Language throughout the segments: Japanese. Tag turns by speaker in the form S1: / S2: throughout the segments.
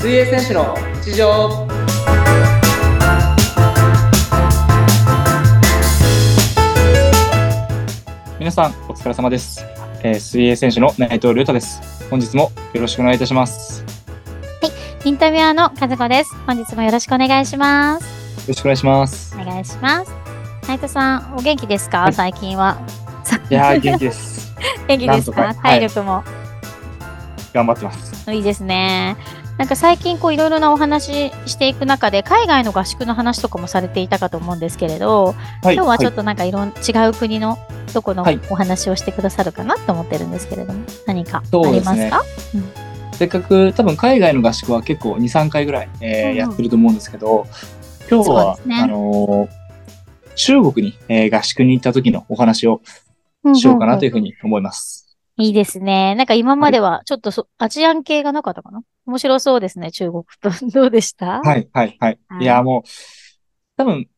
S1: 選手の日常
S2: 皆さんお疲れ様です、えー、水泳選手の内藤龍太です本日もよろしくお願いいたしますよ
S3: インタビュアーの和子です。本日もよろしくお願いします。
S2: ろしくお願いします
S3: お願いします。内藤さん、お元気ですか
S2: はい
S3: 最近は。
S2: いやー元気です
S3: 元気です
S2: なん
S3: か
S2: とかはい
S3: 体力も、
S2: 頑張ってます
S3: い、いですね。なんか最近こういろいろなお話ししていく中で、海外の合宿の話とかもされていたかと思うんですけれ
S2: は
S3: ど、今日はちょっ
S2: と、
S3: となんかいろん、違う国のどこの
S2: はい
S3: お話をしてくださるかなと思ってるんですけれども、何か
S2: そ
S3: あ
S2: うで
S3: り
S2: す
S3: ます
S2: ね
S3: か
S2: いせっかく多分海外の合宿は結構23回ぐらい、えー
S3: うん
S2: やってると思うんですけど今日は
S3: そう、ですね
S2: あのー中国に、えー合宿に行った時のお話をしようかなというふうに思います。
S3: いいですね。なんか今まではちょっとそ、アジアン系がなかったかな面白そうですね、中国と。 どうでした
S2: はい、はい、はい
S3: は。い
S2: いやー、もう、多分、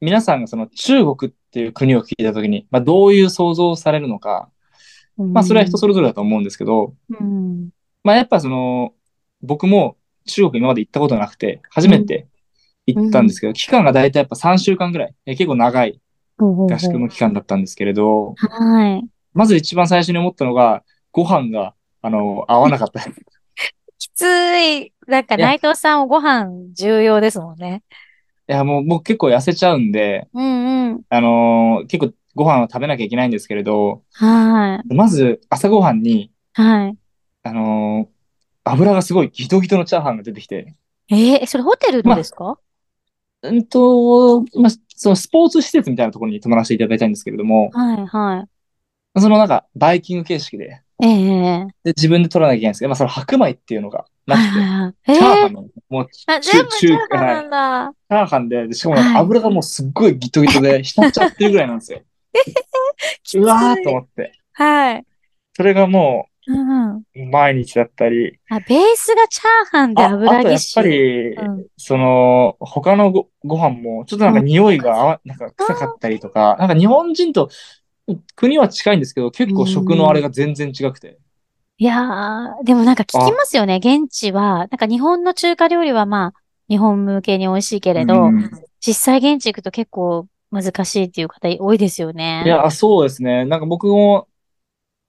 S2: 皆さんがその中国っていう国を聞いたときに、まあ、どういう想像をされるのか、まあそれは人それぞれだと思うんですけど、
S3: うん。
S2: まあやっぱその、僕も中国今まで行ったことなくて、初めて行ったんですけど、期間が大体やっぱ3週間ぐらい、え結構長い合
S3: 合
S2: 宿の期間だったんですけれど、
S3: はい。
S2: まず一番最初に思ったのが、ご飯が、あの、合わなか った。
S3: きつい。なんか
S2: いや
S3: 内藤さんおご飯重要ですもんね。
S2: いや、もう僕結構痩せちゃうんで、
S3: うんうん。
S2: あの結構ご飯は食べなきゃいけないんですけれど、
S3: は
S2: まず朝ごはんに、
S3: い。は
S2: あの油がすごいギトギトのチャーハンが出てきて、
S3: い。えー、それホテルのですか
S2: うんと、まあ、そのスポーツ施設みたいなところに泊まらせていただいたんですけれども、
S3: はいは
S2: そのなんかバイキング形式で、
S3: い。ええ
S2: で自分で取らなきゃいけないんですけど、まあその白米っていうのがな
S3: はい
S2: くて、
S3: はいはい。え
S2: チャーハ
S3: え
S2: ンなの。もう、チ
S3: ー、あ、
S2: 中
S3: 全部チャーハン
S2: はい
S3: なんだ。
S2: ャーハンで、でしかもなん
S3: はい
S2: か油がもうすっごいギトギトで浸っちゃってるぐらいなんです よ。うわーと思って。
S3: はい。
S2: それがも
S3: うんうん。
S2: う毎日だったり、
S3: あ、ベースがチャーハンで
S2: ああと
S3: 油ぎ
S2: や
S3: っ
S2: っ
S3: し
S2: ぱ
S3: り。
S2: り、
S3: うん
S2: その、他のごご飯も、ちょっとなんか匂いが合わ、なんか臭かったりとか、なんか日本人と国は近いんですけど、結構食のあれが全然違くて。
S3: いやー、でもなんか聞きますよね、現地は。なんか日本の中華料理はまあ、日本向けに美味しいけれど
S2: う、ん
S3: 実際現地行くと結構難しいっていう方多いですよね。
S2: いや、そうですね。なんか僕も、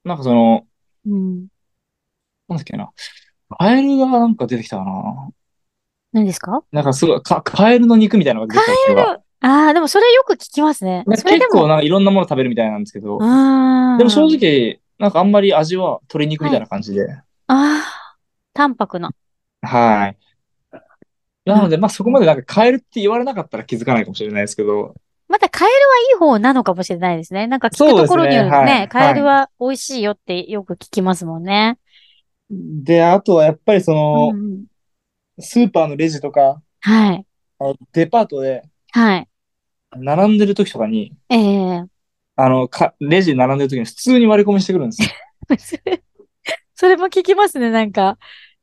S2: なんかその、
S3: うん。
S2: なんだっけな。カエルがなんか出てきたかな。
S3: 何ですか
S2: なんかすごい、かカエルの肉みたいなのが出てきたんですけど。
S3: ああ、でもそれよく聞きますね。
S2: なん
S3: そ
S2: か
S3: れで
S2: 結構
S3: も。
S2: なんかいろんなもの食べるみたいなんですけど。
S3: ああ。
S2: でも正。直、なんかあんまり味は鶏肉みたいな感じで。
S3: ああ。淡白な。
S2: はい。なので、まあそこまでなんかカエルって言われなかったら気づかないかもしれないですけど。
S3: またカエルはいい方なのかもしれないですね。なんか聞くところによる
S2: そう
S3: と
S2: ですねはい
S3: ね、カエルは美味しいよってよく聞きますもんね。
S2: で、あとはやっぱりその
S3: う、んうん
S2: スーパーのレジとか、
S3: はい。
S2: あのデパートで
S3: はい。
S2: 並んでる時とかに、
S3: ええ
S2: あの、かレジに並んでる時に普通に割り込みしてくるんですよ
S3: それも聞きますね、なんか。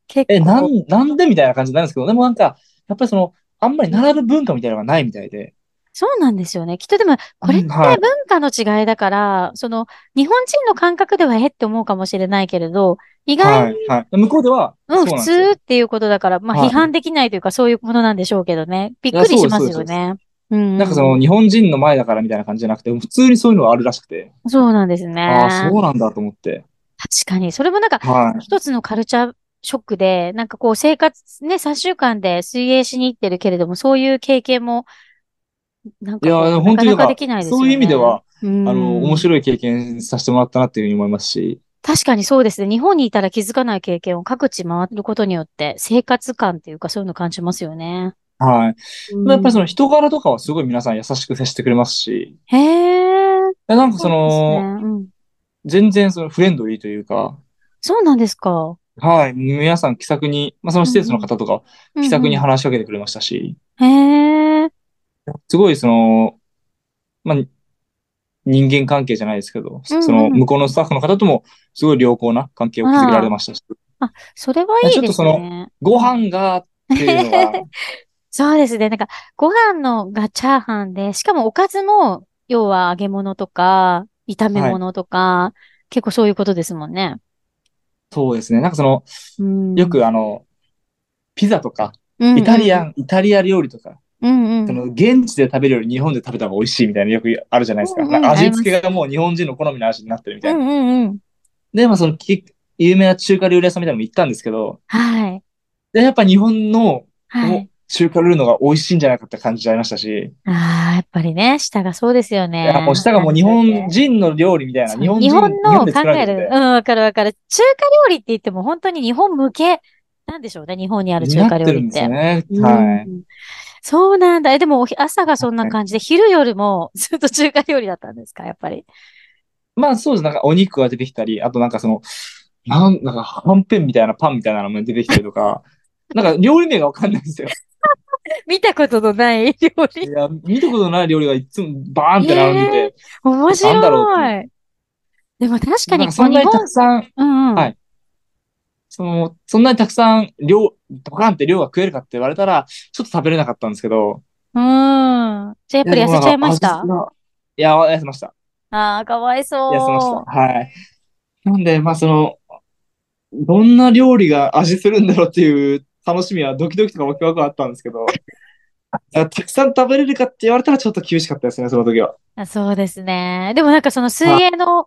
S3: 結構。
S2: え、なん、なんでみたいな感じになるんですけど、でもなんか、やっぱりその、あんまり並ぶ文化みたいなのがないみたいで。
S3: そうなんですよね。きっとでも、これって
S2: は
S3: 文
S2: い
S3: 化の違いだから、その、日本人の感覚ではえって思うかもしれないけれど、意
S2: は
S3: 外
S2: い
S3: に、、
S2: はい。向こうでは、
S3: うん、
S2: そう
S3: 普
S2: なんですよ
S3: 通っていうことだから、まあ
S2: はい
S3: 批判できないというか、そういうものなんでしょうけどね。びっくりしますよね。うん。
S2: なんかその、、日本人の前だからみたいな感じじゃなくて、普通にそういうのがあるらしくて、
S3: そうなんですね。
S2: ああ、そうなんだと思って。
S3: 確かに。それもなんか、
S2: はい。
S3: 一つのカルチャーショックで、なんかこう生活、ね、3週間で水泳しに行ってるけれども、そういう経験も、なん
S2: い
S3: かこ
S2: や
S3: う、
S2: ー、
S3: な
S2: 本当
S3: か
S2: に
S3: な
S2: だ
S3: か
S2: か
S3: できない
S2: ら、
S3: ですよね。
S2: そういう意味では、
S3: あ
S2: あの、面
S3: い。
S2: 白い経験させてもらったなっていうふうに思いますし、
S3: 確かにそうですね。日本にいたら気づかない経験を各地回ることによって、生活感っていうかそういうの感じますよね。
S2: はい。
S3: うん
S2: やっぱりその人柄とかはすごい皆さん優しく接してくれますし、
S3: へえ。
S2: でなんかそ
S3: そう
S2: の、
S3: ですねうん
S2: 全然そのフレンドリーというか、
S3: そうなんですか。
S2: はい。皆さん気さくに、まあその施設の方とかは気さくに
S3: うん
S2: 話しかけてくれましたし、
S3: うんへえ。
S2: すごいその、まあ、人間関係じゃないですけど、
S3: うんうん
S2: その向こうのスタッフの方ともすごい良好な関係を築けられましたし、
S3: それはいい
S2: ちょっ
S3: で
S2: と
S3: す
S2: その
S3: ね。
S2: ご飯がっていうのが、
S3: そうですね。なんか、ご飯のがチャーハンで、しかもおかずも、要は揚げ物とか、炒め物とか、結構そういうことですもんね。
S2: そうですね、なんかその、
S3: うん
S2: よくあの、ピザとか、
S3: うんうん
S2: イタリアン、イタリア料理とか、
S3: うんうん
S2: その現地で食べるより日本で食べた方が美味しいみたいなよくあるじゃないですか。
S3: うんうん
S2: なんか
S3: あり
S2: 味
S3: ます
S2: 付けがもう日本人の好みの味になってるみたいな。
S3: うんうんうん。
S2: で、まあそのき有名な中華料理屋さんみたいなのも行ったんですけど、
S3: はい。
S2: でやっぱ日本の
S3: はい。
S2: 中華料理のが美味しいんじゃないかって感じちゃいましたし、
S3: ああ、やっぱりね、舌がそうですよ
S2: い
S3: ね。
S2: やもう下がもう日本人の料理みたいな、
S3: そう
S2: 日本
S3: 日
S2: 人
S3: 本の
S2: で
S3: 考
S2: 作られ
S3: え
S2: て
S3: る
S2: て。。
S3: うん、わかるわかる。中華料理って言っても本当に日本向けなんでしょうね。日本にある中華料理って。
S2: なってるんですね。
S3: う
S2: は
S3: んそうなんだ。え、でもお朝がそんな感じで、昼夜もずっと中華料理だったんですか、やっぱり。
S2: い。まあそうです。なんかお肉が出てきたり、あとなんかその、なんなんかはんぺんみたいなパンみたいなのも出てきたりとか、なんか料理名がわかんないんですよ。
S3: 見たことのない料
S2: い
S3: 理。
S2: や、見たことない料理がいつもバーンって並んでて、
S3: 面
S2: なんだろうっ
S3: 白い。でも確か
S2: なん
S3: に
S2: か
S3: こ
S2: そ
S3: うん日
S2: なにた
S3: 本、
S2: くさん、
S3: うんうん。
S2: はいその、そんなにたくさん量、ドカンって量が食えるかって言われたら、ちょっと食べれなかったんですけど。
S3: うん。じゃあやっぱり痩せちゃいました
S2: でもなんか味がいや、痩せました。
S3: ああ、かわいそう。
S2: 痩せました。はい。なんで、まあその、どんな料理が味するんだろうっていう楽しみはドキドキとかワクワクはあったんですけ ど、たくさん食べれるかって言われたらちょっと厳しかったですね、その時は。
S3: あそうですね。でもなんかその水泳の、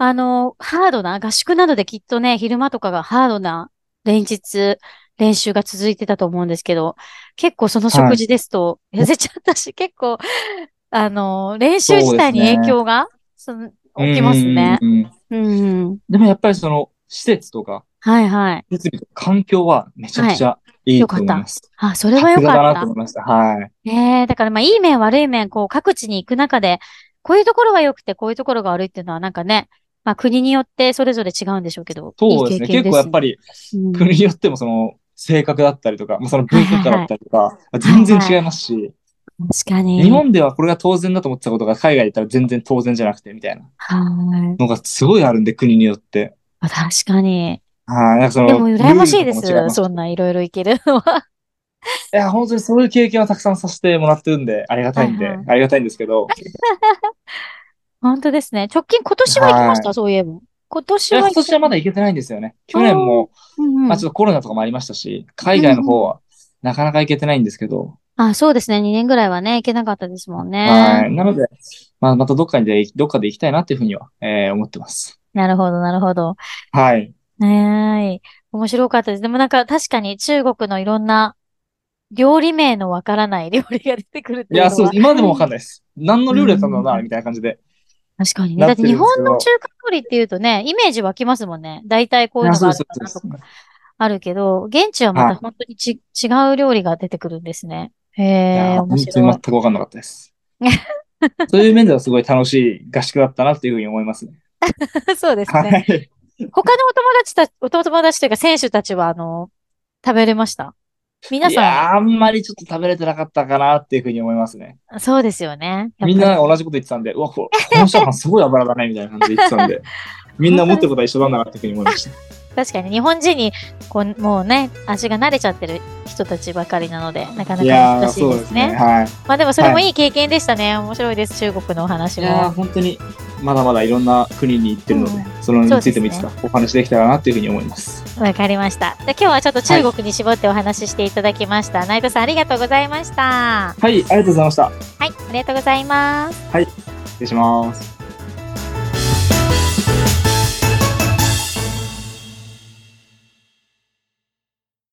S3: あの、ハードな、合宿などできっとね、昼間とかがハードな連日、練習が続いてたと思うんですけど、結構その食事ですと、痩せちゃったし、結構、 あの、練習自体に
S2: そうですね
S3: 影響が、その、起きますね。
S2: うんうんうん。
S3: うん。
S2: でもやっぱりその、施設とか、
S3: はいはい。
S2: 設備とか環境はめちゃくちゃいいと思います。
S3: あ、それは良
S2: さすが
S3: か
S2: だな
S3: った
S2: と。思いました。はい。
S3: ねえ、だからまあ、いい面悪い面、こう、各地に行く中で、こういうところが良くて、こういうところが悪いっていうのは、なんかね、まあ、国によってそれぞれ違うんでしょうけど、
S2: そうです
S3: いい
S2: ね。
S3: 経験
S2: 結構やっぱ
S3: り、
S2: り
S3: うん
S2: 国によってもその性格だったりとか、まあ、その文化だったりとか、
S3: いはい
S2: 全然違いますし、
S3: 確かに。
S2: 日本ではこれが当然だと思ってたことが海外で言ったら全然当然じゃなくてみたいな
S3: はい。
S2: のがすごいあるんで、国によって。
S3: あ確かに。
S2: はい。なんかその
S3: でも、羨ましいで。
S2: ルールとかも違ます
S3: そんないろいろ行ける のは。
S2: いや、本当にそういう経験をたくさんさせてもらってるんで、ありがたいんで、
S3: はいはい
S2: ありがたいんですけど、
S3: 本当ですね。直近、今年は行きました、そういえば。今年は行
S2: 今
S3: きまし
S2: 年はまだ行けてないんですよね。去年も、
S3: うんう
S2: ま
S3: ん
S2: あちょっとコロナとかもありましたし、海外の方はなかなか行けてないんですけど、
S3: あ、そうですね。2年ぐらいはね、行けなかったですもんね。
S2: はい。なので、まあ、またどっかで、どっかで行きたいなっていうふうには、えー思ってます。
S3: なるほど、なるほど。
S2: はい。
S3: ねえ、面白かったです。でもなんか確かに中国のいろんな料理名のわからない料理が出てくるって
S2: い
S3: い
S2: や、
S3: うのは。
S2: そうです。今でもわかんないです。何の料理だったんだろう
S3: う
S2: な、
S3: ん
S2: みたいな感じで。
S3: 確かにね。だ
S2: な
S3: っ
S2: ってて
S3: 日
S2: るんですけど
S3: 本の中華料理っていうとね、イメージ湧きますもんね。大体こういうのがあるかなと
S2: いやそうですそう
S3: かあるけど、現地はま
S2: は
S3: た
S2: い
S3: 本当にち、違う料理が出てくるんですね。へ
S2: い
S3: え、
S2: や、
S3: 面
S2: 本当
S3: 白
S2: に
S3: い。
S2: 全くわかんなかったです。そういう面ではすごい楽しい合宿だったなっていうふうに思いますね。
S3: そうです
S2: は
S3: ね。
S2: い。
S3: 他のお友達たち、お友達というか選手たちは、あの、食べれました皆
S2: いや
S3: さ
S2: ー、あんまりちょっと食べれてなかったかなっていうふうに思いますね。
S3: ん、そうですよね。やっぱり
S2: みんな同じこと言ってたんで、うわ、ここの人はすごい油だね、みたいな感じで言ってた んで、みんな思ってることは一緒なんだなっていうふうに思いました。
S3: 確かに日本人にこうもうね味が慣れちゃってる人たちばかりなのでなかないか
S2: やー、
S3: 難しい
S2: そう
S3: で
S2: ですす
S3: ね
S2: ね。はい。
S3: まあでもそれもいい経験でしたね、面白いです中国のお話
S2: いやー
S3: も
S2: 本当にまだまだいろんな国に行ってるので、
S3: う
S2: そのについてもいつかお話できたらなっていうふうに思います。
S3: わかりましたで今日はちょっと中国に絞ってお話ししていただきました、内藤さんありがとうございましたは
S2: はい、ありがとうございました。
S3: いありがとうございます
S2: 失礼します。